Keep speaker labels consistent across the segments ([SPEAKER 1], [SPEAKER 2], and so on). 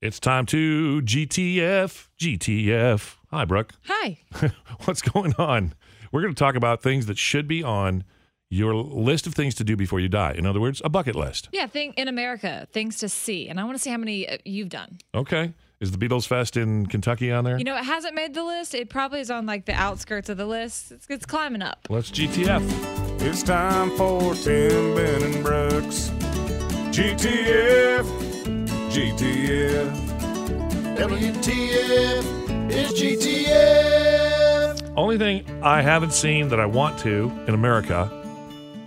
[SPEAKER 1] It's time to GTF. GTF. Hi, Brooke.
[SPEAKER 2] Hi.
[SPEAKER 1] What's going on? We're going to talk about things that should be on your list of things to do before you die. In other words, a bucket list.
[SPEAKER 2] Yeah, thing in America, things to see, and I want to see how many uh, you've done.
[SPEAKER 1] Okay. Is the Beatles Fest in Kentucky on there?
[SPEAKER 2] You know, it hasn't made the list. It probably is on like the outskirts of the list. It's, it's climbing up.
[SPEAKER 1] Let's GTF.
[SPEAKER 3] It's time for Tim Ben and Brooks. GTF, GTF, WTF is GTF.
[SPEAKER 1] Only thing I haven't seen that I want to in America.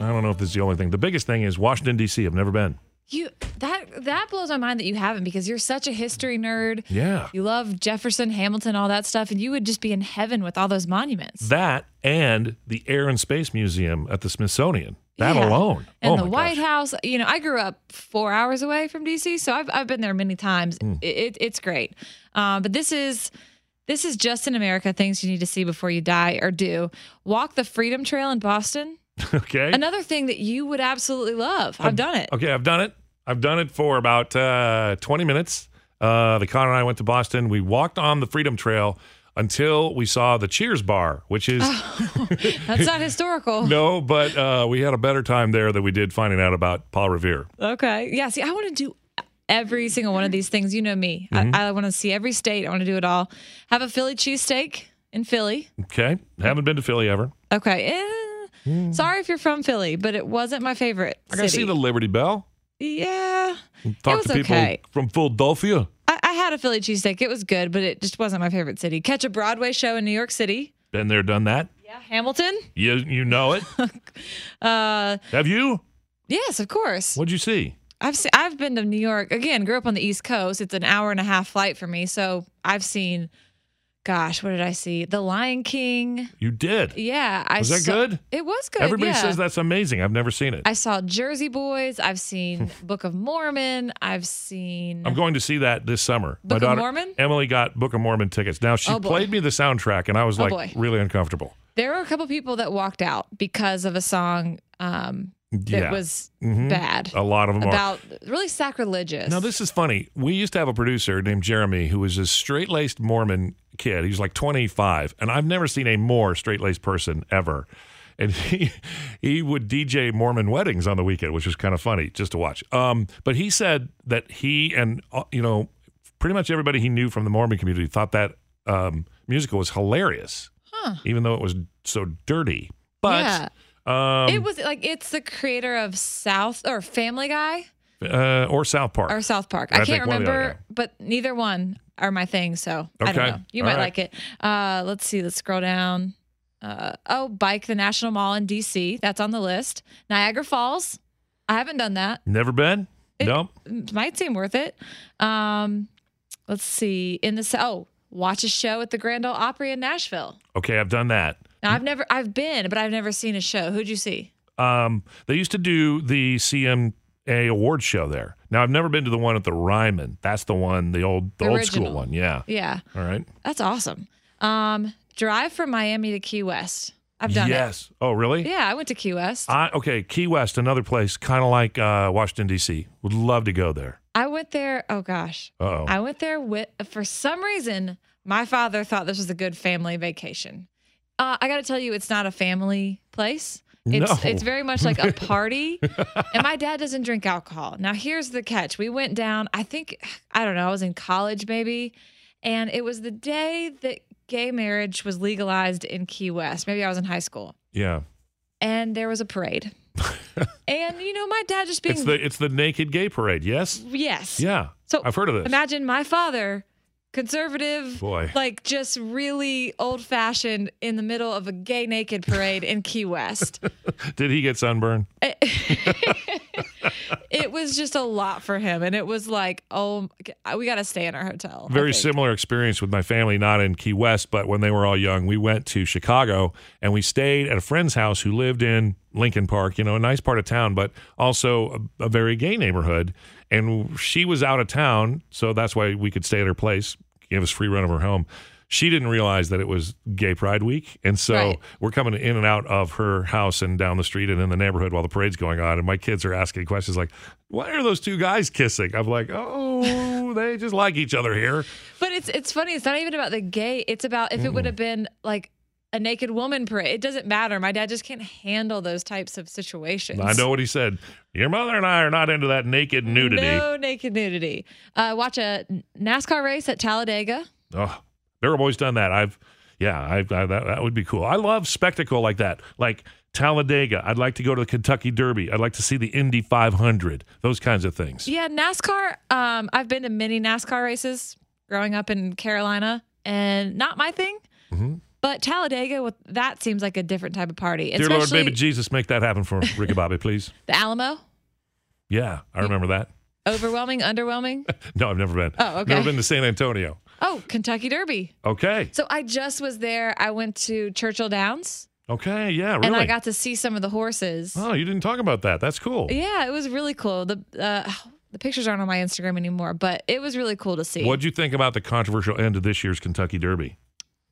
[SPEAKER 1] I don't know if this is the only thing. The biggest thing is Washington D.C. I've never been.
[SPEAKER 2] You that that blows my mind that you haven't because you're such a history nerd.
[SPEAKER 1] Yeah.
[SPEAKER 2] You love Jefferson, Hamilton, all that stuff, and you would just be in heaven with all those monuments.
[SPEAKER 1] That and the Air and Space Museum at the Smithsonian. That
[SPEAKER 2] Yeah.
[SPEAKER 1] alone.
[SPEAKER 2] And
[SPEAKER 1] oh
[SPEAKER 2] the
[SPEAKER 1] my
[SPEAKER 2] White
[SPEAKER 1] gosh.
[SPEAKER 2] House. You know, I grew up four hours away from DC, so I've I've been there many times.
[SPEAKER 1] Hmm.
[SPEAKER 2] It, it, it's great, um, but this is this is just in America things you need to see before you die or do. Walk the Freedom Trail in Boston.
[SPEAKER 1] Okay.
[SPEAKER 2] Another thing that you would absolutely love. I've done it.
[SPEAKER 1] Um, Okay, I've done it. I've done it for about uh, 20 minutes. Uh, the con and I went to Boston. We walked on the Freedom Trail until we saw the Cheers Bar, which is
[SPEAKER 2] Oh. That's not historical.
[SPEAKER 1] no, but uh, we had a better time there than we did finding out about Paul Revere.
[SPEAKER 2] Okay. Yeah. See, I want to do every single one of these things. You know me.
[SPEAKER 1] Mm-hmm.
[SPEAKER 2] I, I want to see every state. I want to do it all. Have a Philly cheesesteak in Philly.
[SPEAKER 1] Okay, haven't been to Philly ever.
[SPEAKER 2] Okay. eh, Sorry if you're from Philly, but it wasn't my favorite.
[SPEAKER 1] I got to see
[SPEAKER 2] city.
[SPEAKER 1] the Liberty Bell.
[SPEAKER 2] Yeah. it
[SPEAKER 1] Talk
[SPEAKER 2] was
[SPEAKER 1] to people
[SPEAKER 2] okay.
[SPEAKER 1] from Philadelphia.
[SPEAKER 2] I, I had a Philly cheesesteak. It was good, but it just wasn't my favorite city. Catch a Broadway show in New York City.
[SPEAKER 1] Been there, done that.
[SPEAKER 2] Yeah. Hamilton.
[SPEAKER 1] You you know it.
[SPEAKER 2] Uh,
[SPEAKER 1] Have you?
[SPEAKER 2] yes, of course.
[SPEAKER 1] What'd you see?
[SPEAKER 2] I've se- I've been to New York again. Grew up on the East Coast. It's an hour and a half flight for me. So I've seen, gosh, what did I see? The Lion King.
[SPEAKER 1] You did.
[SPEAKER 2] Yeah, I
[SPEAKER 1] Was that
[SPEAKER 2] saw-
[SPEAKER 1] good?
[SPEAKER 2] It was good.
[SPEAKER 1] Everybody
[SPEAKER 2] yeah.
[SPEAKER 1] says that's amazing. I've never seen it.
[SPEAKER 2] I saw Jersey Boys. I've seen Book of Mormon. I've seen.
[SPEAKER 1] I'm going to see that this summer.
[SPEAKER 2] Book of Mormon?
[SPEAKER 1] Emily got Book of Mormon tickets. Now she
[SPEAKER 2] Oh, boy.
[SPEAKER 1] played me the soundtrack, and I was
[SPEAKER 2] Oh,
[SPEAKER 1] like
[SPEAKER 2] boy.
[SPEAKER 1] really uncomfortable.
[SPEAKER 2] there were a couple people that walked out because of a song um, that
[SPEAKER 1] yeah,
[SPEAKER 2] was
[SPEAKER 1] Mhm.
[SPEAKER 2] bad
[SPEAKER 1] a lot of them are.
[SPEAKER 2] about really sacrilegious.
[SPEAKER 1] Now this is funny. We used to have a producer named Jeremy who was a straight-laced Mormon kid. He was like 25, and I've never seen a more straight-laced person ever. And he he would DJ Mormon weddings on the weekend, which was kind of funny just to watch. Um, but he said that he and uh, you know pretty much everybody he knew from the Mormon community thought that um, musical was hilarious, even though it was so dirty. But um,
[SPEAKER 2] it was like it's the creator of South or Family Guy
[SPEAKER 1] uh, or South Park.
[SPEAKER 2] or South Park.
[SPEAKER 1] I
[SPEAKER 2] I,
[SPEAKER 1] think
[SPEAKER 2] can't
[SPEAKER 1] one or the other.
[SPEAKER 2] remember, but neither one are my thing. So I don't
[SPEAKER 1] Okay.
[SPEAKER 2] know. You
[SPEAKER 1] All
[SPEAKER 2] might
[SPEAKER 1] right.
[SPEAKER 2] like it. Uh, let's see. Let's scroll down. Uh, oh, bike the National Mall in D.C. That's on the list. Niagara Falls. I haven't done that.
[SPEAKER 1] Never been.
[SPEAKER 2] It-
[SPEAKER 1] nope.
[SPEAKER 2] might seem worth it. Um, let's see. In the oh, watch a show at the Grand Ole Opry in Nashville.
[SPEAKER 1] Okay, I've done that.
[SPEAKER 2] Now I've never I've been, but I've never seen a show. Who'd you see?
[SPEAKER 1] Um, they used to do the CMA award show there. Now I've never been to the one at the Ryman. That's the one, the old, the old school
[SPEAKER 2] Original.
[SPEAKER 1] one. Yeah.
[SPEAKER 2] Yeah,
[SPEAKER 1] All right.
[SPEAKER 2] that's awesome. Um, drive from Miami to Key West. I've done
[SPEAKER 1] yes. Oh,
[SPEAKER 2] it.
[SPEAKER 1] really?
[SPEAKER 2] Yeah, I went to Key West.
[SPEAKER 1] I, okay, Key West, another place, kind of like uh, Washington D.C. Would love to go there.
[SPEAKER 2] I went there. Oh gosh,
[SPEAKER 1] Uh-oh.
[SPEAKER 2] I went there with for some reason. My father thought this was a good family vacation. Uh, I got to tell you, it's not a family place. It's
[SPEAKER 1] No.
[SPEAKER 2] it's very much like a party. and my dad doesn't drink alcohol. Now here's the catch: we went down. I think I don't know. I was in college maybe, and it was the day that gay marriage was legalized in Key West. Maybe I was in high school,
[SPEAKER 1] Yeah.
[SPEAKER 2] and there was a parade. and you know, my dad just being
[SPEAKER 1] It's the it's the naked gay parade. Yes.
[SPEAKER 2] yes,
[SPEAKER 1] Yeah.
[SPEAKER 2] So
[SPEAKER 1] I've heard of this.
[SPEAKER 2] Imagine my father conservative,
[SPEAKER 1] Boy.
[SPEAKER 2] like just really old fashioned in the middle of a gay naked parade in Key West.
[SPEAKER 1] Did he get sunburned?
[SPEAKER 2] It was just a lot for him. And it was like, oh, we got to stay in our hotel. I
[SPEAKER 1] Very
[SPEAKER 2] think.
[SPEAKER 1] similar experience with my family, not in Key West, but when they were all young, we went to Chicago and we stayed at a friend's house who lived in Lincoln Park, you know, a nice part of town, but also a, a very gay neighborhood. And she was out of town, so that's why we could stay at her place, give us free run of her home. She didn't realize that it was Gay Pride Week. And so
[SPEAKER 2] Right.
[SPEAKER 1] we're coming in and out of her house and down the street and in the neighborhood while the parade's going on. And my kids are asking questions like, why are those two guys kissing? I'm like, oh, they just like each other here.
[SPEAKER 2] But it's it's funny. It's not even about the gay. It's about if it would have been like a naked woman parade. It doesn't matter. My dad just can't handle those types of situations.
[SPEAKER 1] I know what he said. Your mother and I are not into that naked nudity.
[SPEAKER 2] No naked nudity. Uh, watch a NASCAR race at Talladega.
[SPEAKER 1] Oh, they've always done that. I've, yeah, I, I that, that would be cool. I love spectacle like that, like Talladega. I'd like to go to the Kentucky Derby. I'd like to see the Indy 500. Those kinds of things.
[SPEAKER 2] Yeah, NASCAR. Um, I've been to many NASCAR races growing up in Carolina, and not my thing.
[SPEAKER 1] Mm-hmm.
[SPEAKER 2] But Talladega, with that seems like a different type of party,
[SPEAKER 1] Dear Lord,
[SPEAKER 2] especially
[SPEAKER 1] baby Jesus, make that happen for Ricky Bobby, please.
[SPEAKER 2] the Alamo.
[SPEAKER 1] Yeah, I remember that.
[SPEAKER 2] Overwhelming, underwhelming.
[SPEAKER 1] No, I've never been.
[SPEAKER 2] Oh, okay.
[SPEAKER 1] Never been to San Antonio.
[SPEAKER 2] Oh, Kentucky Derby.
[SPEAKER 1] Okay.
[SPEAKER 2] So I just was there. I went to Churchill Downs
[SPEAKER 1] Okay. Yeah. Oh, Really.
[SPEAKER 2] and I got to see some of the horses.
[SPEAKER 1] oh, you didn't talk about that. That's cool.
[SPEAKER 2] Yeah, it was really cool. The uh, the pictures aren't on my Instagram anymore, but it was really cool to see.
[SPEAKER 1] What'd you think about the controversial end of this year's Kentucky Derby?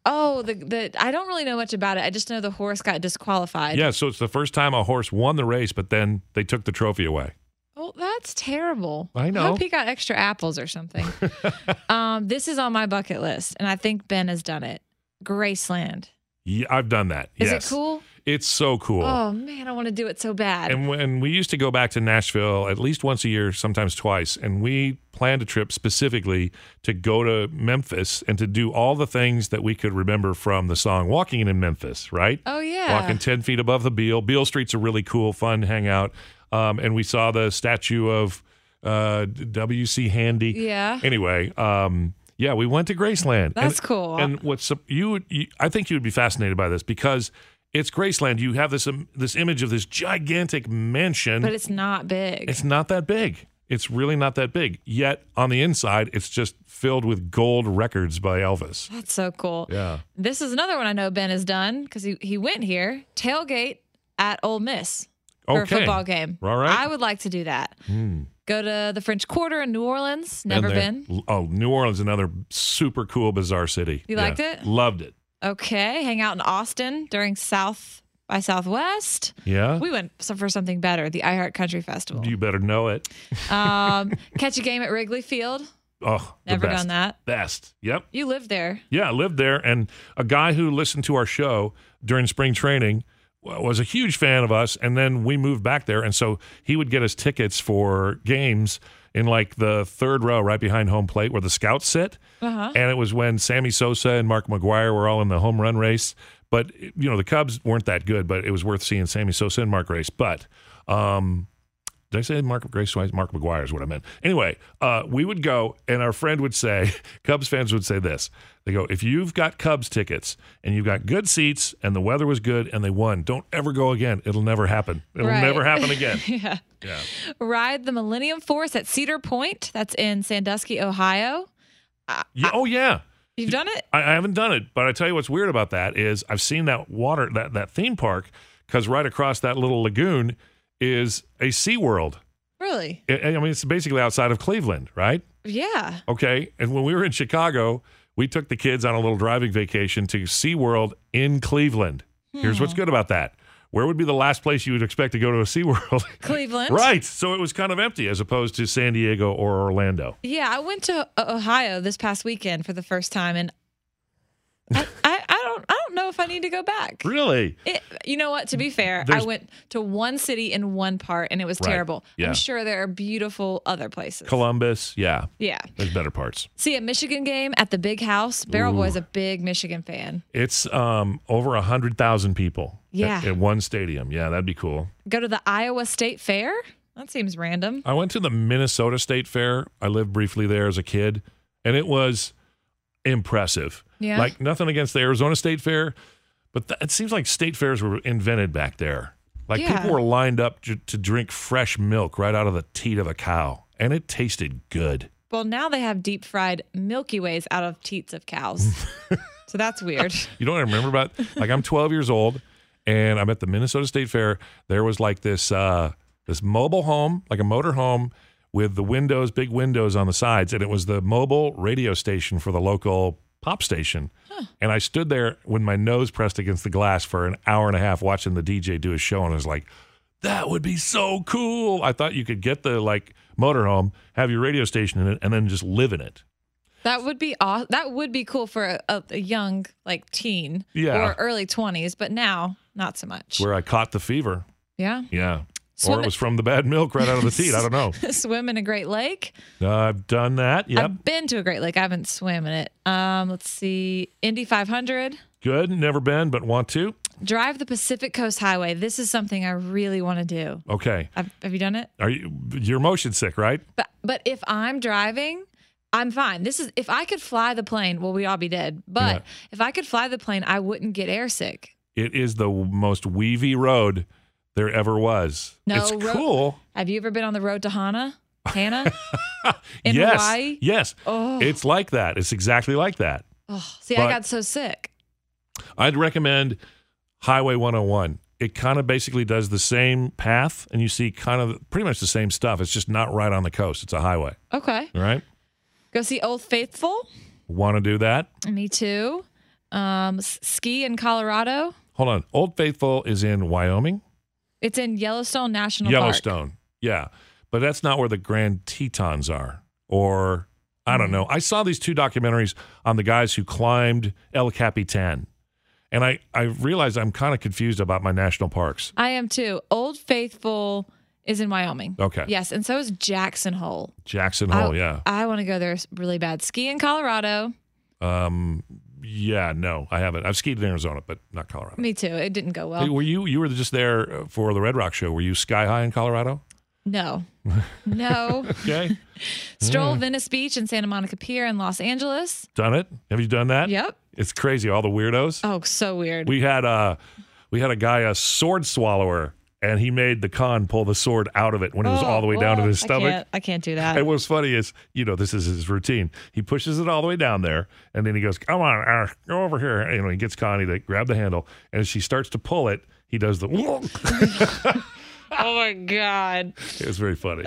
[SPEAKER 2] Oh, the the I don't really know much about it. I just know the horse got disqualified.
[SPEAKER 1] Yeah, so it's the first time a horse won the race, but then they took the trophy away.
[SPEAKER 2] Oh, that's terrible.
[SPEAKER 1] I know.
[SPEAKER 2] hope he got extra apples or something. um, this is on my bucket list, and I think Ben has done it. Graceland.
[SPEAKER 1] Yeah, I've done that.
[SPEAKER 2] Is it
[SPEAKER 1] yes.
[SPEAKER 2] cool?
[SPEAKER 1] It's so cool.
[SPEAKER 2] Oh man, I want to do it so bad.
[SPEAKER 1] And when we used to go back to Nashville at least once a year, sometimes twice, and we planned a trip specifically to go to Memphis and to do all the things that we could remember from the song Walking in Memphis, right?
[SPEAKER 2] Oh, yeah.
[SPEAKER 1] Walking 10 feet above the Beale. Beale Street's a really cool, fun hangout. Um, and we saw the statue of uh, W.C. Handy.
[SPEAKER 2] Yeah.
[SPEAKER 1] Anyway, um, yeah, we went to Graceland.
[SPEAKER 2] That's cool.
[SPEAKER 1] And what's sup- you, would- you? I think you would be fascinated by this because it's Graceland. You have this um, this image of this gigantic mansion,
[SPEAKER 2] but it's not big.
[SPEAKER 1] it's not that big. It's really not that big. Yet on the inside, it's just filled with gold records by Elvis.
[SPEAKER 2] that's so cool.
[SPEAKER 1] Yeah.
[SPEAKER 2] This is another one I know Ben has done because he, he went here tailgate at Ole Miss for
[SPEAKER 1] Okay.
[SPEAKER 2] a football game.
[SPEAKER 1] All right. Hmm.
[SPEAKER 2] I would like to do that. Go to the French Quarter in New Orleans. Never
[SPEAKER 1] there.
[SPEAKER 2] been.
[SPEAKER 1] L- Oh, New Orleans, another super cool, bizarre city.
[SPEAKER 2] You liked it?
[SPEAKER 1] Loved it.
[SPEAKER 2] Okay. Hang out in Austin during South by Southwest.
[SPEAKER 1] Yeah.
[SPEAKER 2] We went so- for something better, the iHeart Country Festival.
[SPEAKER 1] you better know it.
[SPEAKER 2] Um, catch a game at Wrigley Field.
[SPEAKER 1] Oh, the
[SPEAKER 2] Never done
[SPEAKER 1] best.
[SPEAKER 2] that.
[SPEAKER 1] Best. Yep.
[SPEAKER 2] You lived there.
[SPEAKER 1] Yeah, I lived there, and a guy who listened to our show during spring training wa- was a huge fan of us. And then we moved back there, and so he would get us tickets for games in like the third row, right behind home plate, where the scouts sit. Uh-huh. And it was when Sammy Sosa and Mark McGuire were all in the home run race. But you know, the Cubs weren't that good, but it was worth seeing Sammy Sosa and Mark race. But um, did I say Mark Grace? White? Mark McGuire is what I meant. Anyway, uh, we would go, and our friend would say, Cubs fans would say this. They go, if you've got Cubs tickets and you've got good seats and the weather was good and they won, don't ever go again. It'll never happen. It'll
[SPEAKER 2] Right.
[SPEAKER 1] never happen again.
[SPEAKER 2] Ride the Millennium Force at Cedar Point. That's in Sandusky, Ohio.
[SPEAKER 1] Yeah, oh yeah,
[SPEAKER 2] You've done it?
[SPEAKER 1] I, I haven't done it, but I tell you what's weird about that is I've seen that water that that theme park because right across that little lagoon is a Sea World.
[SPEAKER 2] Really?
[SPEAKER 1] I I mean, it's basically outside of Cleveland, right?
[SPEAKER 2] Yeah.
[SPEAKER 1] Okay. And when we were in Chicago, we took the kids on a little driving vacation to SeaWorld in Cleveland. Here's what's good about that. Where would be the last place you would expect to go to a SeaWorld?
[SPEAKER 2] Cleveland.
[SPEAKER 1] right. So it was kind of empty as opposed to San Diego or Orlando.
[SPEAKER 2] Yeah, I went to O- Ohio this past weekend for the first time, and I, I, I don't, I don't know if I need to go back.
[SPEAKER 1] Really?
[SPEAKER 2] It, you know what? To be fair,
[SPEAKER 1] There's-
[SPEAKER 2] I went to one city in one part, and it was
[SPEAKER 1] Right,
[SPEAKER 2] terrible.
[SPEAKER 1] yeah.
[SPEAKER 2] I'm sure there are beautiful other places.
[SPEAKER 1] Columbus. Yeah.
[SPEAKER 2] yeah.
[SPEAKER 1] There's better parts.
[SPEAKER 2] See a Michigan game at the Big House. Barrel Boy's a big Michigan fan.
[SPEAKER 1] It's um, over 100,000 people at-
[SPEAKER 2] Yeah.
[SPEAKER 1] at, one stadium. Yeah, that'd be cool.
[SPEAKER 2] Go to the Iowa State Fair. That seems random.
[SPEAKER 1] I went to the Minnesota State Fair. I lived briefly there as a kid, and it was impressive.
[SPEAKER 2] Yeah.
[SPEAKER 1] Like nothing against the Arizona State Fair, but th- it seems like state fairs were invented back there. Like
[SPEAKER 2] Yeah.
[SPEAKER 1] people were lined up j- to drink fresh milk right out of the teat of a cow, and it tasted good.
[SPEAKER 2] Well, now they have deep fried Milky Ways out of teats of cows. so that's weird.
[SPEAKER 1] You don't remember about like I'm 12 years old, and I'm at the Minnesota State Fair. There was like this uh, this mobile home, like a motor home with the windows, big windows on the sides, and it was the mobile radio station for the local pop station. And I stood there with my nose pressed against the glass for an hour and a half watching the DJ do his show, and I was like, that would be so cool. I thought you could get the like motorhome, have your radio station in it, and then just live in it.
[SPEAKER 2] That would be aw- that would be cool for a, a, a young like teen
[SPEAKER 1] Yeah.
[SPEAKER 2] or early 20s, but now not so much.
[SPEAKER 1] Where I caught the fever.
[SPEAKER 2] yeah.
[SPEAKER 1] Yeah. Or
[SPEAKER 2] Swim-
[SPEAKER 1] it was from the bad milk right out of the teat. I don't know.
[SPEAKER 2] Swim in a great lake.
[SPEAKER 1] Uh, I've done that. Yep.
[SPEAKER 2] I've been to a great lake. I haven't swam in it. Um, let's see. Indy 500.
[SPEAKER 1] Good. Never been, but want to.
[SPEAKER 2] Drive the Pacific Coast Highway. This is something I really want to do.
[SPEAKER 1] Okay.
[SPEAKER 2] I've, have you done it?
[SPEAKER 1] Are you you're motion sick, right?
[SPEAKER 2] But but if I'm driving, I'm fine. This is if I could fly the plane, well, we all be dead. But
[SPEAKER 1] Yeah.
[SPEAKER 2] if I could fly the plane, I wouldn't get airsick.
[SPEAKER 1] It is the most weavy road there ever was.
[SPEAKER 2] No
[SPEAKER 1] it's
[SPEAKER 2] ro-
[SPEAKER 1] cool.
[SPEAKER 2] Have you ever been on the road to Hana? Hana? In
[SPEAKER 1] yes.
[SPEAKER 2] Hawaii?
[SPEAKER 1] Yes. It's like that. It's exactly like that.
[SPEAKER 2] Oh, see,
[SPEAKER 1] But-
[SPEAKER 2] I got so sick.
[SPEAKER 1] I'd recommend Highway 101. It kind of basically does the same path, and you see kind of pretty much the same stuff. It's just not right on the coast. It's a highway.
[SPEAKER 2] Okay.
[SPEAKER 1] All right.
[SPEAKER 2] Go see Old Faithful.
[SPEAKER 1] Want to do that?
[SPEAKER 2] Me too. Um, s- ski in Colorado.
[SPEAKER 1] Hold on. Old Faithful is in Wyoming,
[SPEAKER 2] It's in Yellowstone National Park.
[SPEAKER 1] Yellowstone. Yeah. But that's not where the Grand Tetons are. Or I
[SPEAKER 2] Mm-hmm.
[SPEAKER 1] don't know. I saw these two documentaries on the guys who climbed El Capitan. And I, I realized I'm kind of confused about my national parks.
[SPEAKER 2] I am too. Old Faithful is in Wyoming.
[SPEAKER 1] Okay.
[SPEAKER 2] Yes, and so is Jackson Hole.
[SPEAKER 1] Jackson Hole,
[SPEAKER 2] I,
[SPEAKER 1] yeah.
[SPEAKER 2] I want to go there really bad. Ski in Colorado.
[SPEAKER 1] Um, yeah, no, I haven't. I've skied in Arizona, but not Colorado.
[SPEAKER 2] Me too. It didn't go well.
[SPEAKER 1] Hey, were you you were just there uh, for the Red Rock show? Were you sky high in Colorado?
[SPEAKER 2] No. No.
[SPEAKER 1] Okay,
[SPEAKER 2] Stroll Venice Beach and Santa Monica Pier in Los Angeles.
[SPEAKER 1] done it. Have you done that?
[SPEAKER 2] Yep.
[SPEAKER 1] It's crazy. All the weirdos.
[SPEAKER 2] Oh, so weird.
[SPEAKER 1] We had a we had a guy a sword swallower, and he made the con pull the sword out of it when it was
[SPEAKER 2] Oh,
[SPEAKER 1] all the way down to
[SPEAKER 2] well,
[SPEAKER 1] his
[SPEAKER 2] I
[SPEAKER 1] stomach.
[SPEAKER 2] can't, I can't do that.
[SPEAKER 1] And what's funny is, you know, this is his routine. He pushes it all the way down there, and then he goes, "Come on, Arr, go over here." And, you know, he gets Connie to grab the handle, and as she starts to pull it, he does the.
[SPEAKER 2] oh my God.
[SPEAKER 1] it was very funny.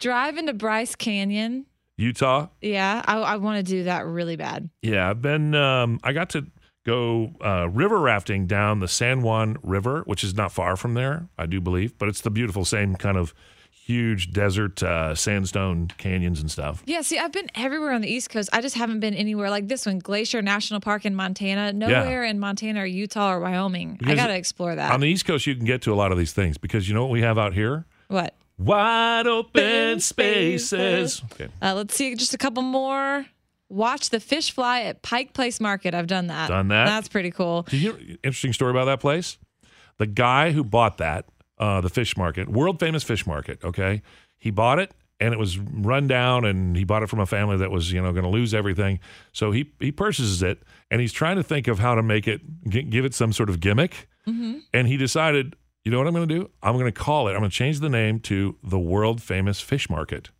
[SPEAKER 2] Drive into Bryce Canyon.
[SPEAKER 1] Utah,
[SPEAKER 2] Yeah, I, I want to do that really bad.
[SPEAKER 1] Yeah, I've been. Um, I got to go uh, river rafting down the San Juan River, which is not far from there, I do believe. But it's the beautiful same kind of huge desert uh, sandstone canyons and stuff.
[SPEAKER 2] Yeah, see, I've been everywhere on the East Coast. I just haven't been anywhere like this one, Glacier National Park in Montana. Nowhere in Montana or Utah or Wyoming. I
[SPEAKER 1] Because
[SPEAKER 2] got to explore that.
[SPEAKER 1] On the East Coast, you can get to a lot of these things because you know what we have out here?
[SPEAKER 2] what?
[SPEAKER 1] Wide open spaces. Okay.
[SPEAKER 2] Uh, let's see, just a couple more. Watch the fish fly at Pike Place Market. I've done that.
[SPEAKER 1] Done that.
[SPEAKER 2] That's pretty cool.
[SPEAKER 1] Did you interesting story about that place? The guy who bought that, uh, the fish market, world famous fish market. Okay, he bought it and it was run down, and he bought it from a family that was you know going to lose everything. So he he purchases it and he's trying to think of how to make it gi- give it some sort of gimmick, and he decided. You know what I'm going to do? I'm going to call it. I'm going to change the name to the world famous fish market.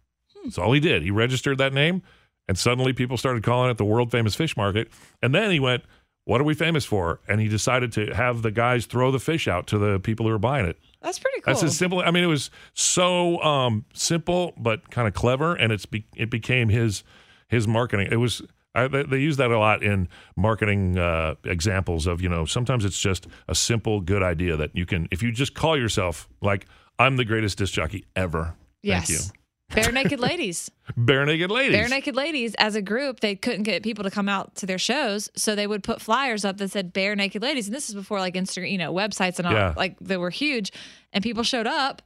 [SPEAKER 1] That's all he did. He registered that name, and suddenly people started calling it the world famous fish market. And then he went, What are we famous for? And he decided to have the guys throw the fish out to the people who were buying it.
[SPEAKER 2] That's pretty cool.
[SPEAKER 1] That's as simple. I mean, it was so um, simple, but kind of clever, and it's be, it became his his marketing. It was I, they, they use that a lot in marketing uh, examples of you know sometimes it's just a simple good idea that you can if you just call yourself like I'm the greatest disc jockey ever.
[SPEAKER 2] yes.
[SPEAKER 1] Thank you.
[SPEAKER 2] Bare Naked Ladies.
[SPEAKER 1] Bare naked ladies.
[SPEAKER 2] Bare Naked Ladies, as a group, they couldn't get people to come out to their shows, so they would put flyers up that said Bare Naked Ladies, and this is before like Instagram, you know, websites and all,
[SPEAKER 1] Yeah.
[SPEAKER 2] like they were huge, and people showed up,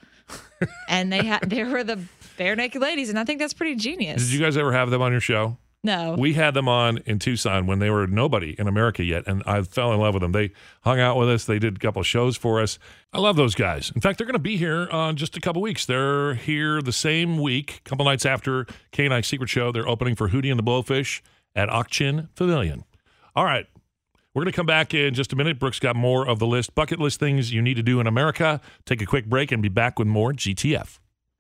[SPEAKER 2] and they had there were the Bare Naked Ladies, and I think that's pretty genius.
[SPEAKER 1] Did you guys ever have them on your show?
[SPEAKER 2] no,
[SPEAKER 1] We had them on in Tucson when they were nobody in America yet, and I fell in love with them. They hung out with us. They did a couple shows for us. I love those guys. In fact, they're going to be here on just a couple weeks. They're here the same week, couple nights after K and I Secret Show. They're opening for Hootie and the Blowfish at Auction Pavilion. All right. We're going to come back in just a minute. Brooks got more of the list bucket list things you need to do in America. Take a quick break and be back with more GTF.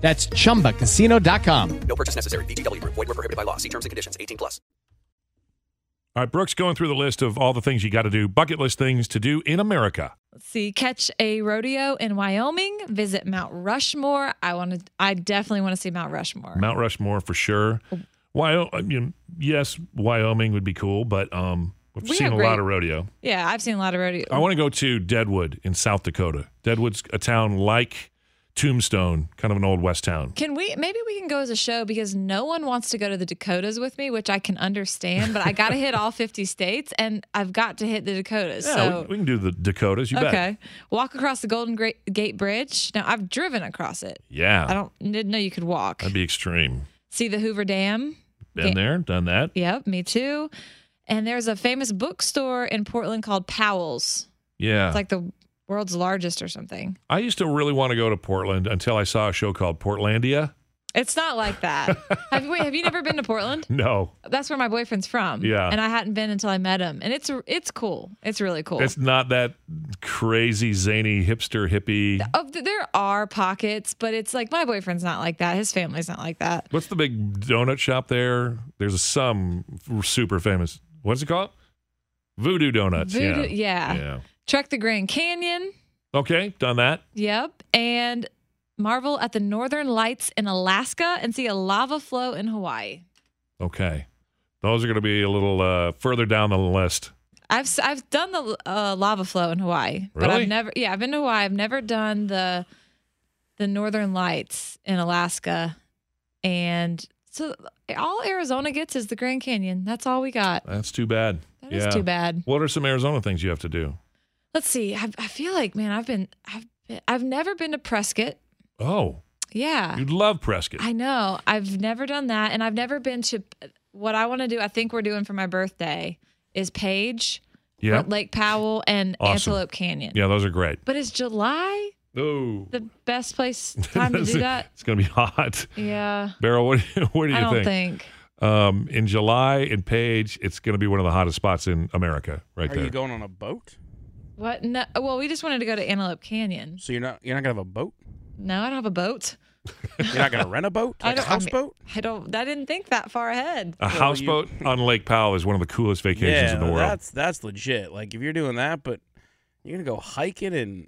[SPEAKER 4] That's chumbacasino.com.
[SPEAKER 5] No purchase necessary. VGW Group. Void were prohibited by law. See terms and conditions. 18 plus.
[SPEAKER 1] All right, Brooks going through the list of all the things you got to do, bucket list things to do in America.
[SPEAKER 2] Let's see, catch a rodeo in Wyoming, visit Mount Rushmore. I want to. I definitely want to see Mount Rushmore.
[SPEAKER 1] Mount Rushmore for sure. Why? I mean, yes, Wyoming would be cool, but um, we've
[SPEAKER 2] We
[SPEAKER 1] seen a
[SPEAKER 2] agree.
[SPEAKER 1] lot of rodeo.
[SPEAKER 2] yeah, I've seen a lot of rodeo.
[SPEAKER 1] I want to go to Deadwood in South Dakota. Deadwood's a town like Tombstone, kind of an old west town.
[SPEAKER 2] Can we maybe we can go as a show because no one wants to go to the Dakotas with me, which I can understand, but I got to hit all 50 states and I've got to hit the Dakotas.
[SPEAKER 1] Yeah,
[SPEAKER 2] so
[SPEAKER 1] we, we can do the Dakotas. You bet.
[SPEAKER 2] okay. Walk across the Golden Gra- Gate Bridge. Now I've driven across it.
[SPEAKER 1] Yeah,
[SPEAKER 2] I don't didn't know you could walk.
[SPEAKER 1] that'd be extreme.
[SPEAKER 2] See the Hoover Dam?
[SPEAKER 1] Been there, done that.
[SPEAKER 2] Yep, me too. And there's a famous bookstore in Portland called Powell's.
[SPEAKER 1] Yeah,
[SPEAKER 2] It's like the world's largest or something.
[SPEAKER 1] I used to really want to go to Portland until I saw a show called Portlandia.
[SPEAKER 2] It's not like that. have, wait, have you never been to Portland?
[SPEAKER 1] No,
[SPEAKER 2] That's where my boyfriend's from.
[SPEAKER 1] Yeah.
[SPEAKER 2] and I hadn't been until I met him, and it's it's cool. It's really cool.
[SPEAKER 1] it's not that crazy zany hipster hippie.
[SPEAKER 2] Of the- Oh, there are pockets, but it's like my boyfriend's not like that. His family's not like that.
[SPEAKER 1] What's the big donut shop there? There's some super famous. What's it called? Voodoo Donuts.
[SPEAKER 2] Voodoo-
[SPEAKER 1] yeah.
[SPEAKER 2] yeah. Trek the Grand Canyon.
[SPEAKER 1] Okay, done that.
[SPEAKER 2] Yep, and marvel at the northern lights in Alaska and see a lava flow in Hawaii.
[SPEAKER 1] Okay. Those are going to be a little uh, further down the list.
[SPEAKER 2] I've s- I've done the uh, lava flow in Hawaii, but
[SPEAKER 1] Really?
[SPEAKER 2] I've never yeah I've been to Hawaii. I've never done the the Northern Lights in Alaska, and so all Arizona gets is the Grand Canyon. That's all we got.
[SPEAKER 1] That's too bad.
[SPEAKER 2] That is too bad.
[SPEAKER 1] What are some Arizona things you have to do?
[SPEAKER 2] Let's see. I, I feel like man, I've been I've been, I've never been to Prescott.
[SPEAKER 1] Oh,
[SPEAKER 2] Yeah,
[SPEAKER 1] you'd love Prescott.
[SPEAKER 2] I know. I've never done that, and I've never been to what I want to do. I think we're doing for my birthday is Page,
[SPEAKER 1] Yeah.
[SPEAKER 2] Lake Powell, and
[SPEAKER 1] Awesome.
[SPEAKER 2] Antelope Canyon.
[SPEAKER 1] yeah, those are great.
[SPEAKER 2] But is July
[SPEAKER 1] Oh.
[SPEAKER 2] the best place time to do that?
[SPEAKER 1] It's going to be hot.
[SPEAKER 2] Yeah.
[SPEAKER 1] Beryl, what do you, what do you
[SPEAKER 2] I don't think.
[SPEAKER 1] Um, in July in Page, it's going to be one of the hottest spots in America, right
[SPEAKER 3] Are
[SPEAKER 1] there.
[SPEAKER 3] you going on a boat?
[SPEAKER 2] What? No, well, we just wanted to go to Antelope Canyon.
[SPEAKER 3] So you're not you're not gonna have a boat?
[SPEAKER 2] No, I don't have a boat.
[SPEAKER 3] You're not gonna rent a boat?
[SPEAKER 2] I
[SPEAKER 3] Like a
[SPEAKER 2] don't I mean,
[SPEAKER 3] houseboat?
[SPEAKER 2] I don't. I didn't think that far ahead.
[SPEAKER 1] a houseboat on Lake Powell is one of the coolest vacations
[SPEAKER 3] yeah,
[SPEAKER 1] in the world.
[SPEAKER 3] that's that's legit. Like if you're doing that, but you're gonna go hiking and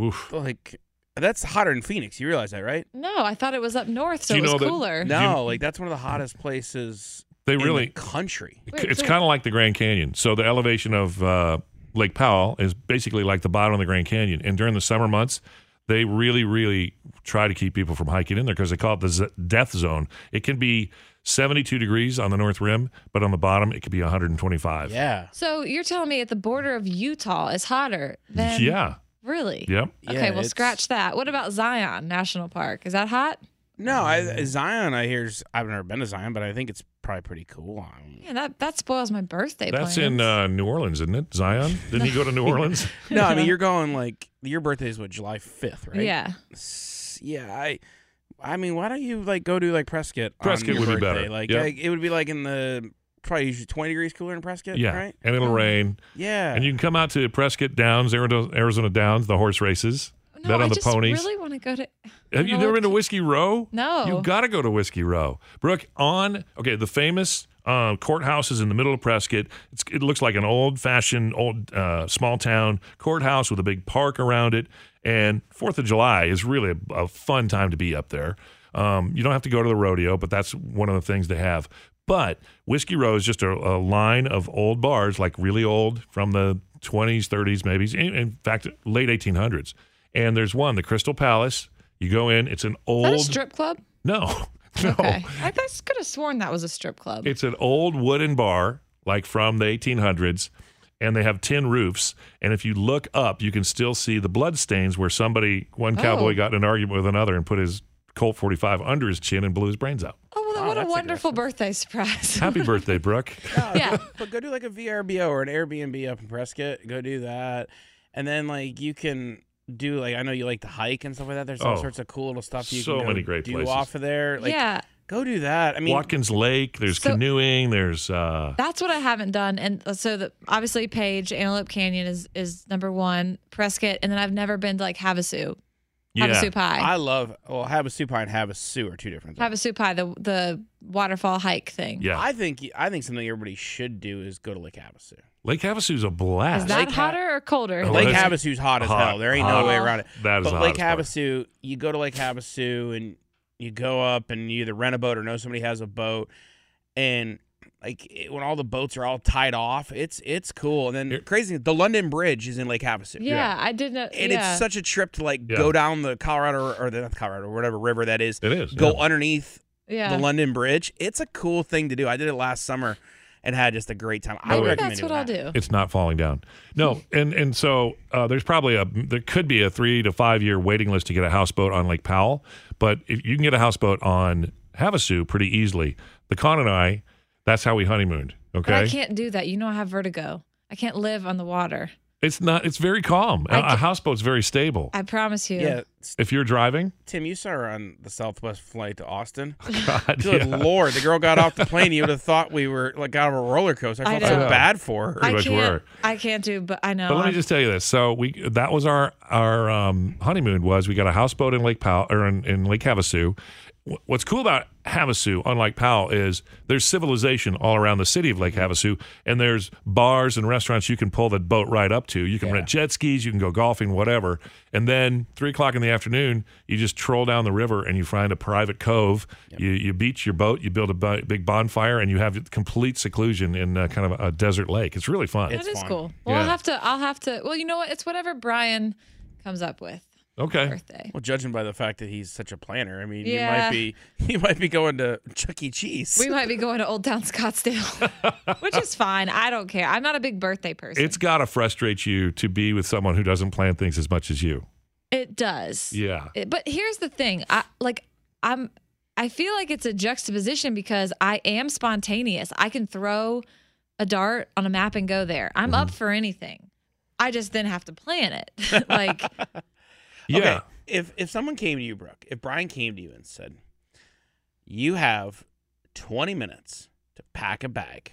[SPEAKER 1] Oof.
[SPEAKER 3] like that's hotter in Phoenix. You realize that, right?
[SPEAKER 2] No, I thought it was up north, so
[SPEAKER 1] Do
[SPEAKER 2] it
[SPEAKER 1] you
[SPEAKER 2] was
[SPEAKER 1] know that-
[SPEAKER 2] cooler.
[SPEAKER 3] No, like that's one of the hottest places.
[SPEAKER 1] They
[SPEAKER 3] in the
[SPEAKER 1] really-
[SPEAKER 3] country.
[SPEAKER 2] Wait,
[SPEAKER 1] it's
[SPEAKER 2] so-
[SPEAKER 1] kind of like the Grand Canyon. So the elevation of uh, Lake Powell is basically like the bottom of the Grand Canyon. And during the summer months, they really, really try to keep people from hiking in there because they call it the z- death zone. It can be 72 degrees on the north rim, but on the bottom, it could be 125.
[SPEAKER 3] Yeah.
[SPEAKER 2] So you're telling me at the border of Utah is hotter than
[SPEAKER 1] yeah.
[SPEAKER 2] Really?
[SPEAKER 1] Yep.
[SPEAKER 3] Yeah,
[SPEAKER 2] Okay, well,
[SPEAKER 3] it's-
[SPEAKER 2] scratch that. What about Zion National Park? Is that hot?
[SPEAKER 3] No,
[SPEAKER 1] Mm.
[SPEAKER 3] I, uh, Zion. I hear is- I've never been to Zion, but I think it's probably pretty cool. I mean,
[SPEAKER 2] Yeah, that that spoils my birthday.
[SPEAKER 1] That's
[SPEAKER 2] plans.
[SPEAKER 1] in uh, New Orleans, isn't it? Zion? Didn't he go to New Orleans?
[SPEAKER 3] no, I mean you're going like your birthday is what July fifth, right?
[SPEAKER 2] Yeah.
[SPEAKER 3] S- Yeah. I. I mean, why don't you like go do like Prescott? on
[SPEAKER 1] Prescott
[SPEAKER 3] your
[SPEAKER 1] would be
[SPEAKER 3] birthday?
[SPEAKER 1] better.
[SPEAKER 3] Like,
[SPEAKER 1] Yeah.
[SPEAKER 3] like, it would be like in the probably usually twenty degrees cooler in Prescott.
[SPEAKER 1] Yeah.
[SPEAKER 3] Right.
[SPEAKER 1] And
[SPEAKER 2] Oh.
[SPEAKER 1] it'll rain.
[SPEAKER 3] Yeah.
[SPEAKER 1] And you can come out to Prescott Downs, Arido- Arizona Downs, the horse races,
[SPEAKER 2] No,
[SPEAKER 1] bet on
[SPEAKER 2] I
[SPEAKER 1] the
[SPEAKER 2] just
[SPEAKER 1] ponies.
[SPEAKER 2] really want to go to.
[SPEAKER 1] Have you never been to Whiskey Row?
[SPEAKER 2] No.
[SPEAKER 1] You got to go to Whiskey Row. Brooke, on, okay, the famous uh, courthouse is in the middle of Prescott. It's, it looks like an old fashioned, old, uh, small town courthouse with a big park around it. And Fourth of July is really a, a fun time to be up there. Um, you don't have to go to the rodeo, but that's one of the things they have. But Whiskey Row is just a, a line of old bars, like really old from the 20s, 30s, maybe. In, in fact, late 1800s. And there's one, the Crystal Palace. You go in, it's an old.
[SPEAKER 2] Is that a strip club?
[SPEAKER 1] No, no.
[SPEAKER 2] Okay. I just could have sworn that was a strip club.
[SPEAKER 1] It's an old wooden bar, like from the 1800s, and they have tin roofs. And if you look up, you can still see the blood stains where somebody, one
[SPEAKER 2] Oh.
[SPEAKER 1] cowboy, got in an argument with another and put his Colt 45 under his chin and blew his brains out.
[SPEAKER 2] Oh, well, what a wonderful birthday surprise.
[SPEAKER 1] Happy birthday, Brooke.
[SPEAKER 2] yeah.
[SPEAKER 3] But go do like a VRBO or an Airbnb up in Prescott. Go do that, and then like you can do like I know you like to hike and stuff like that. There's all
[SPEAKER 1] Oh.
[SPEAKER 3] sorts of cool little stuff you
[SPEAKER 1] So
[SPEAKER 3] can go
[SPEAKER 1] many great
[SPEAKER 3] do
[SPEAKER 1] places.
[SPEAKER 3] off of there. Like,
[SPEAKER 2] yeah.
[SPEAKER 3] go do that. I mean,
[SPEAKER 1] Watkins Lake, there's
[SPEAKER 2] So-
[SPEAKER 1] canoeing, there's uh,
[SPEAKER 2] That's what I haven't done, and so the, obviously Page Antelope Canyon is is number one, Prescott, and then I've never been to like Havasu,
[SPEAKER 1] yeah.
[SPEAKER 2] Havasu Pie,
[SPEAKER 3] I love well Havasu Pie and Havasu are two different. Things.
[SPEAKER 2] Havasu Pie, the the waterfall hike thing.
[SPEAKER 1] Yeah.
[SPEAKER 3] I think I think something everybody should do is go to Lake Havasu.
[SPEAKER 1] Lake Havasu's a blast.
[SPEAKER 2] Is that
[SPEAKER 3] Lake Ha-
[SPEAKER 2] hotter or colder?
[SPEAKER 1] Oh,
[SPEAKER 3] Lake
[SPEAKER 1] that's-
[SPEAKER 3] Havasu's hot as
[SPEAKER 1] Hot,
[SPEAKER 3] hell. There ain't
[SPEAKER 1] hot.
[SPEAKER 3] no way around it.
[SPEAKER 1] That is the
[SPEAKER 3] but Lake
[SPEAKER 1] hottest
[SPEAKER 3] Havasu, you go to Lake Havasu and you go up and you either rent a boat or know somebody has a boat, and like it- when all the boats are all tied off, it's it's cool. And then
[SPEAKER 1] Here-
[SPEAKER 3] crazy, the London Bridge is in Lake Havasu.
[SPEAKER 2] yeah, I didn't.
[SPEAKER 3] And
[SPEAKER 2] yeah.
[SPEAKER 3] it's such a trip to like
[SPEAKER 1] Yeah.
[SPEAKER 3] go down the Colorado or the not Colorado, whatever river that is.
[SPEAKER 1] It is,
[SPEAKER 3] Go
[SPEAKER 1] yeah.
[SPEAKER 3] underneath
[SPEAKER 2] yeah.
[SPEAKER 3] the London Bridge. It's a cool thing to do. I did it last summer and had just a great time. I
[SPEAKER 2] Maybe
[SPEAKER 3] would recommend
[SPEAKER 2] that's
[SPEAKER 3] doing
[SPEAKER 2] what I'll do.
[SPEAKER 3] that.
[SPEAKER 1] It's not falling down. No, and and so uh, there's probably a there could be a three to five year waiting list to get a houseboat on Lake Powell, but if you can get a houseboat on Havasu pretty easily. The con and I, that's how we honeymooned.
[SPEAKER 2] But I
[SPEAKER 1] Okay,
[SPEAKER 2] can't do that. You know, I have vertigo. I can't live on the water.
[SPEAKER 1] it's not. It's very calm. A
[SPEAKER 2] I
[SPEAKER 1] a
[SPEAKER 2] ca-
[SPEAKER 1] houseboat's very stable.
[SPEAKER 2] I promise you.
[SPEAKER 3] Yeah,
[SPEAKER 1] if you're driving,
[SPEAKER 3] Tim, you saw her on the Southwest flight to Austin.
[SPEAKER 1] God,
[SPEAKER 3] Good
[SPEAKER 1] yeah.
[SPEAKER 3] lord, the girl got off the plane. You would have thought we were like out of a roller coaster. I
[SPEAKER 2] I
[SPEAKER 3] felt so
[SPEAKER 2] know.
[SPEAKER 3] bad for her.
[SPEAKER 2] I
[SPEAKER 1] much
[SPEAKER 2] can't.
[SPEAKER 1] were.
[SPEAKER 2] I can't do. But I know.
[SPEAKER 1] But let me
[SPEAKER 2] I'm-
[SPEAKER 1] just tell you this. So we that was our our um, honeymoon was we got a houseboat in Lake Powell or in, in Lake Havasu. Wh- What's cool about Havasu, unlike Powell, is there's civilization all around the city of Lake Havasu, and there's bars and restaurants you can pull the boat right up to. You can rent jet skis, you can go golfing, whatever. And then three o'clock in the afternoon, you just troll down the river and you find a private cove. You you beach your boat, you build a bu- big bonfire, and you have complete seclusion in uh, kind of a desert lake. It's really fun.
[SPEAKER 2] That is
[SPEAKER 3] fun.
[SPEAKER 2] cool. Well, I'll
[SPEAKER 1] Yeah.
[SPEAKER 2] have to. I'll have to. Well, you know what? It's whatever Brian comes up with.
[SPEAKER 1] okay.
[SPEAKER 2] Birthday.
[SPEAKER 3] Well, judging by the fact that he's such a planner, I mean,
[SPEAKER 2] Yeah.
[SPEAKER 3] you might be you might be going to Chuck E. Cheese.
[SPEAKER 2] We might be going to Old Town Scottsdale, which is fine. I don't care. I'm not a big birthday person.
[SPEAKER 1] It's got to frustrate you to be with someone who doesn't plan things as much as you.
[SPEAKER 2] it does.
[SPEAKER 1] Yeah.
[SPEAKER 2] It- but here's the thing. I like. I'm. I feel like it's a juxtaposition because I am spontaneous. I can throw a dart on a map and go there. I'm
[SPEAKER 1] Mm-hmm.
[SPEAKER 2] up for anything. I just then have to plan it. like,
[SPEAKER 1] Yeah.
[SPEAKER 3] Okay, if if someone came to you, Brooke, if Brian came to you and said, "You have 20 minutes to pack a bag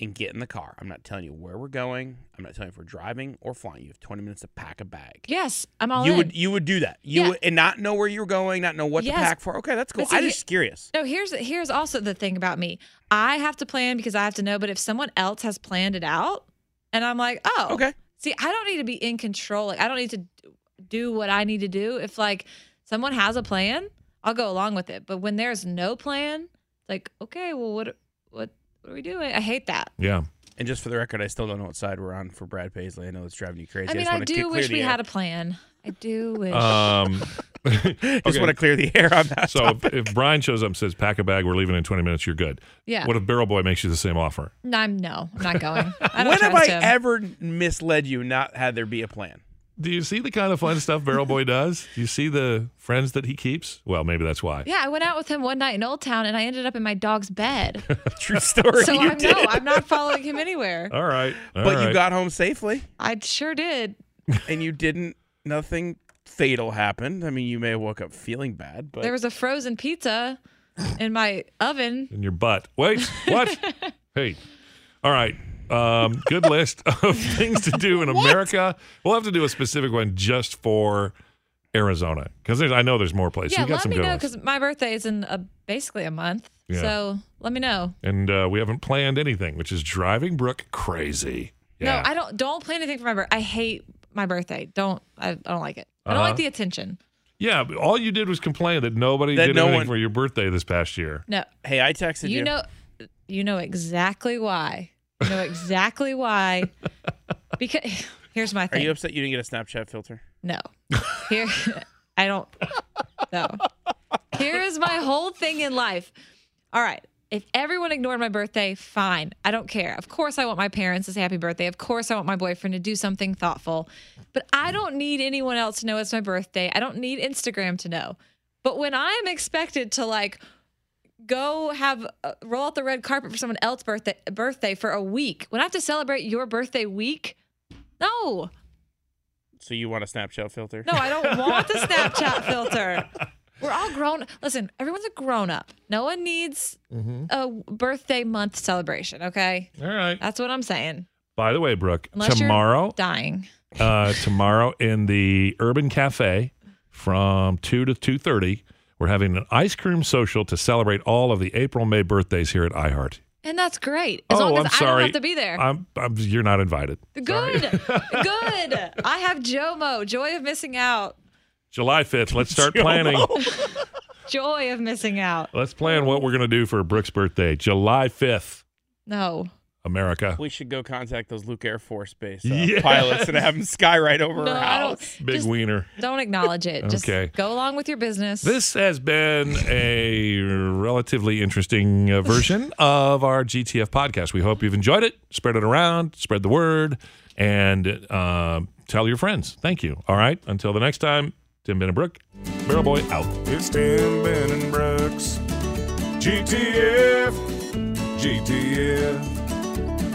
[SPEAKER 3] and get in the car. I'm not telling you where we're going. I'm not telling you if we're driving or flying. You have 20 minutes to pack a bag."
[SPEAKER 2] yes, I'm all
[SPEAKER 3] you
[SPEAKER 2] in.
[SPEAKER 3] would you would do that. You
[SPEAKER 2] Yeah.
[SPEAKER 3] would, and not know where you were going, not know what
[SPEAKER 2] Yes.
[SPEAKER 3] to pack for. Okay, that's cool.
[SPEAKER 2] But see,
[SPEAKER 3] I'm just
[SPEAKER 2] he-
[SPEAKER 3] curious.
[SPEAKER 2] No, here's here's also the thing about me. I have to plan because I have to know, but if someone else has planned it out and I'm like, "Oh,
[SPEAKER 3] Okay.
[SPEAKER 2] See, I don't need to be in control. Like I don't need to do what I need to do. If like someone has a plan, I'll go along with it. But when there's no plan, it's like, "Okay, well what what what are we doing?" I hate that.
[SPEAKER 1] Yeah.
[SPEAKER 3] And just for the record, I still don't know what side we're on for Brad Paisley. I know it's driving you crazy.
[SPEAKER 2] I mean,
[SPEAKER 3] just
[SPEAKER 2] I
[SPEAKER 3] wanna ke-
[SPEAKER 2] do
[SPEAKER 3] clear Uh,
[SPEAKER 2] wish
[SPEAKER 3] the
[SPEAKER 2] we
[SPEAKER 3] air.
[SPEAKER 2] had a plan. I do wish.
[SPEAKER 1] Um,
[SPEAKER 3] Just want to clear the air on that.
[SPEAKER 1] so if, if Brian shows up and says, pack a bag, we're leaving in 20 minutes, you're good.
[SPEAKER 2] Yeah.
[SPEAKER 1] What if Barrel Boy makes you the same offer?
[SPEAKER 2] No, I'm no, I'm not going. I don't
[SPEAKER 3] when have I
[SPEAKER 2] trust him.
[SPEAKER 3] ever misled you? Not had there be a plan.
[SPEAKER 1] Do you see the kind of fun stuff Barrel Boy does? Do you see the friends that he keeps? Well, maybe that's why.
[SPEAKER 2] Yeah, I went out with him one night in Old Town and I ended up in my dog's bed.
[SPEAKER 3] True story.
[SPEAKER 2] So
[SPEAKER 3] you
[SPEAKER 2] I'm
[SPEAKER 3] did.
[SPEAKER 2] no, I'm not following him anywhere.
[SPEAKER 1] All right. All
[SPEAKER 3] but
[SPEAKER 1] right.
[SPEAKER 3] you got home safely,
[SPEAKER 2] I sure did.
[SPEAKER 3] and you didn't. Nothing fatal happened. I mean, you may have woke up feeling bad, but
[SPEAKER 2] There was a frozen pizza in my oven.
[SPEAKER 1] in your butt. Wait, what? hey, all right. Um, good list of things to do in America. We'll have to do a specific one just for Arizona because I know there's more places.
[SPEAKER 2] yeah,
[SPEAKER 1] We've got
[SPEAKER 2] let
[SPEAKER 1] some
[SPEAKER 2] me
[SPEAKER 1] good
[SPEAKER 2] know
[SPEAKER 1] ones.
[SPEAKER 2] because my birthday is in a, basically a month.
[SPEAKER 1] Yeah.
[SPEAKER 2] So let me know.
[SPEAKER 1] and uh, we haven't planned anything, which is driving Brooke crazy. Yeah.
[SPEAKER 2] No, I don't. Don't plan anything for my birthday. I hate my birthday. Don't. I, I don't like it. I don't
[SPEAKER 1] Uh-huh.
[SPEAKER 2] like the attention.
[SPEAKER 1] yeah, but all you did was complain that nobody
[SPEAKER 3] That
[SPEAKER 1] did
[SPEAKER 3] no
[SPEAKER 1] anything
[SPEAKER 3] one-
[SPEAKER 1] for your birthday this past year.
[SPEAKER 2] No,
[SPEAKER 3] hey, I texted you.
[SPEAKER 2] you know, you know exactly why. You know exactly why. Because here's my
[SPEAKER 3] Are
[SPEAKER 2] thing.
[SPEAKER 3] you upset you didn't get a Snapchat filter?
[SPEAKER 2] No. Here I don't no. Here is my whole thing in life. All right. If everyone ignored my birthday, fine. I don't care. Of course, I want my parents to say happy birthday. Of course, I want my boyfriend to do something thoughtful. But I don't need anyone else to know it's my birthday. I don't need Instagram to know. But when I am expected to like go have uh, roll out the red carpet for someone else's birthday birthday for a week, when I have to celebrate your birthday week, no,
[SPEAKER 3] So you want a Snapchat filter?
[SPEAKER 2] no, I don't want the Snapchat filter. We're all grown. Listen, everyone's a grown up. No one needs a birthday month celebration. Okay,
[SPEAKER 1] All right.
[SPEAKER 2] that's what I'm saying.
[SPEAKER 1] By the way, Brooke,
[SPEAKER 2] Unless
[SPEAKER 1] tomorrow,
[SPEAKER 2] you're dying.
[SPEAKER 1] uh, tomorrow in the Urban Cafe from two to two thirty, we're having an ice cream social to celebrate all of the April May birthdays here at iHeart.
[SPEAKER 2] And that's great. As
[SPEAKER 1] oh,
[SPEAKER 2] long as
[SPEAKER 1] I'm
[SPEAKER 2] I
[SPEAKER 1] sorry.
[SPEAKER 2] don't have to be there.
[SPEAKER 1] I'm, I'm, you're not invited. Sorry.
[SPEAKER 2] Good. Good. I have JOMO, joy of missing out.
[SPEAKER 1] July fifth. Let's start planning.
[SPEAKER 2] Joy of missing out.
[SPEAKER 1] Let's plan what we're gonna do for Brooke's birthday, July fifth.
[SPEAKER 2] No.
[SPEAKER 1] America.
[SPEAKER 3] We should go contact those Luke Air Force Base uh,
[SPEAKER 1] Yes.
[SPEAKER 3] pilots and have them skyride over
[SPEAKER 2] No,
[SPEAKER 3] our
[SPEAKER 2] I
[SPEAKER 3] house.
[SPEAKER 2] don't.
[SPEAKER 1] Big
[SPEAKER 2] just
[SPEAKER 1] wiener.
[SPEAKER 2] don't acknowledge it. Just
[SPEAKER 1] Okay.
[SPEAKER 2] go along with your business.
[SPEAKER 1] This has been a relatively interesting uh, version of our GTF podcast. We hope you've enjoyed it. Spread it around, spread the word, and uh, tell your friends. Thank you. All right. Until the next time, Tim Ben and Brooke, Barrel Boy out.
[SPEAKER 6] It's Tim, Ben, and Brooks. GTF, GTF.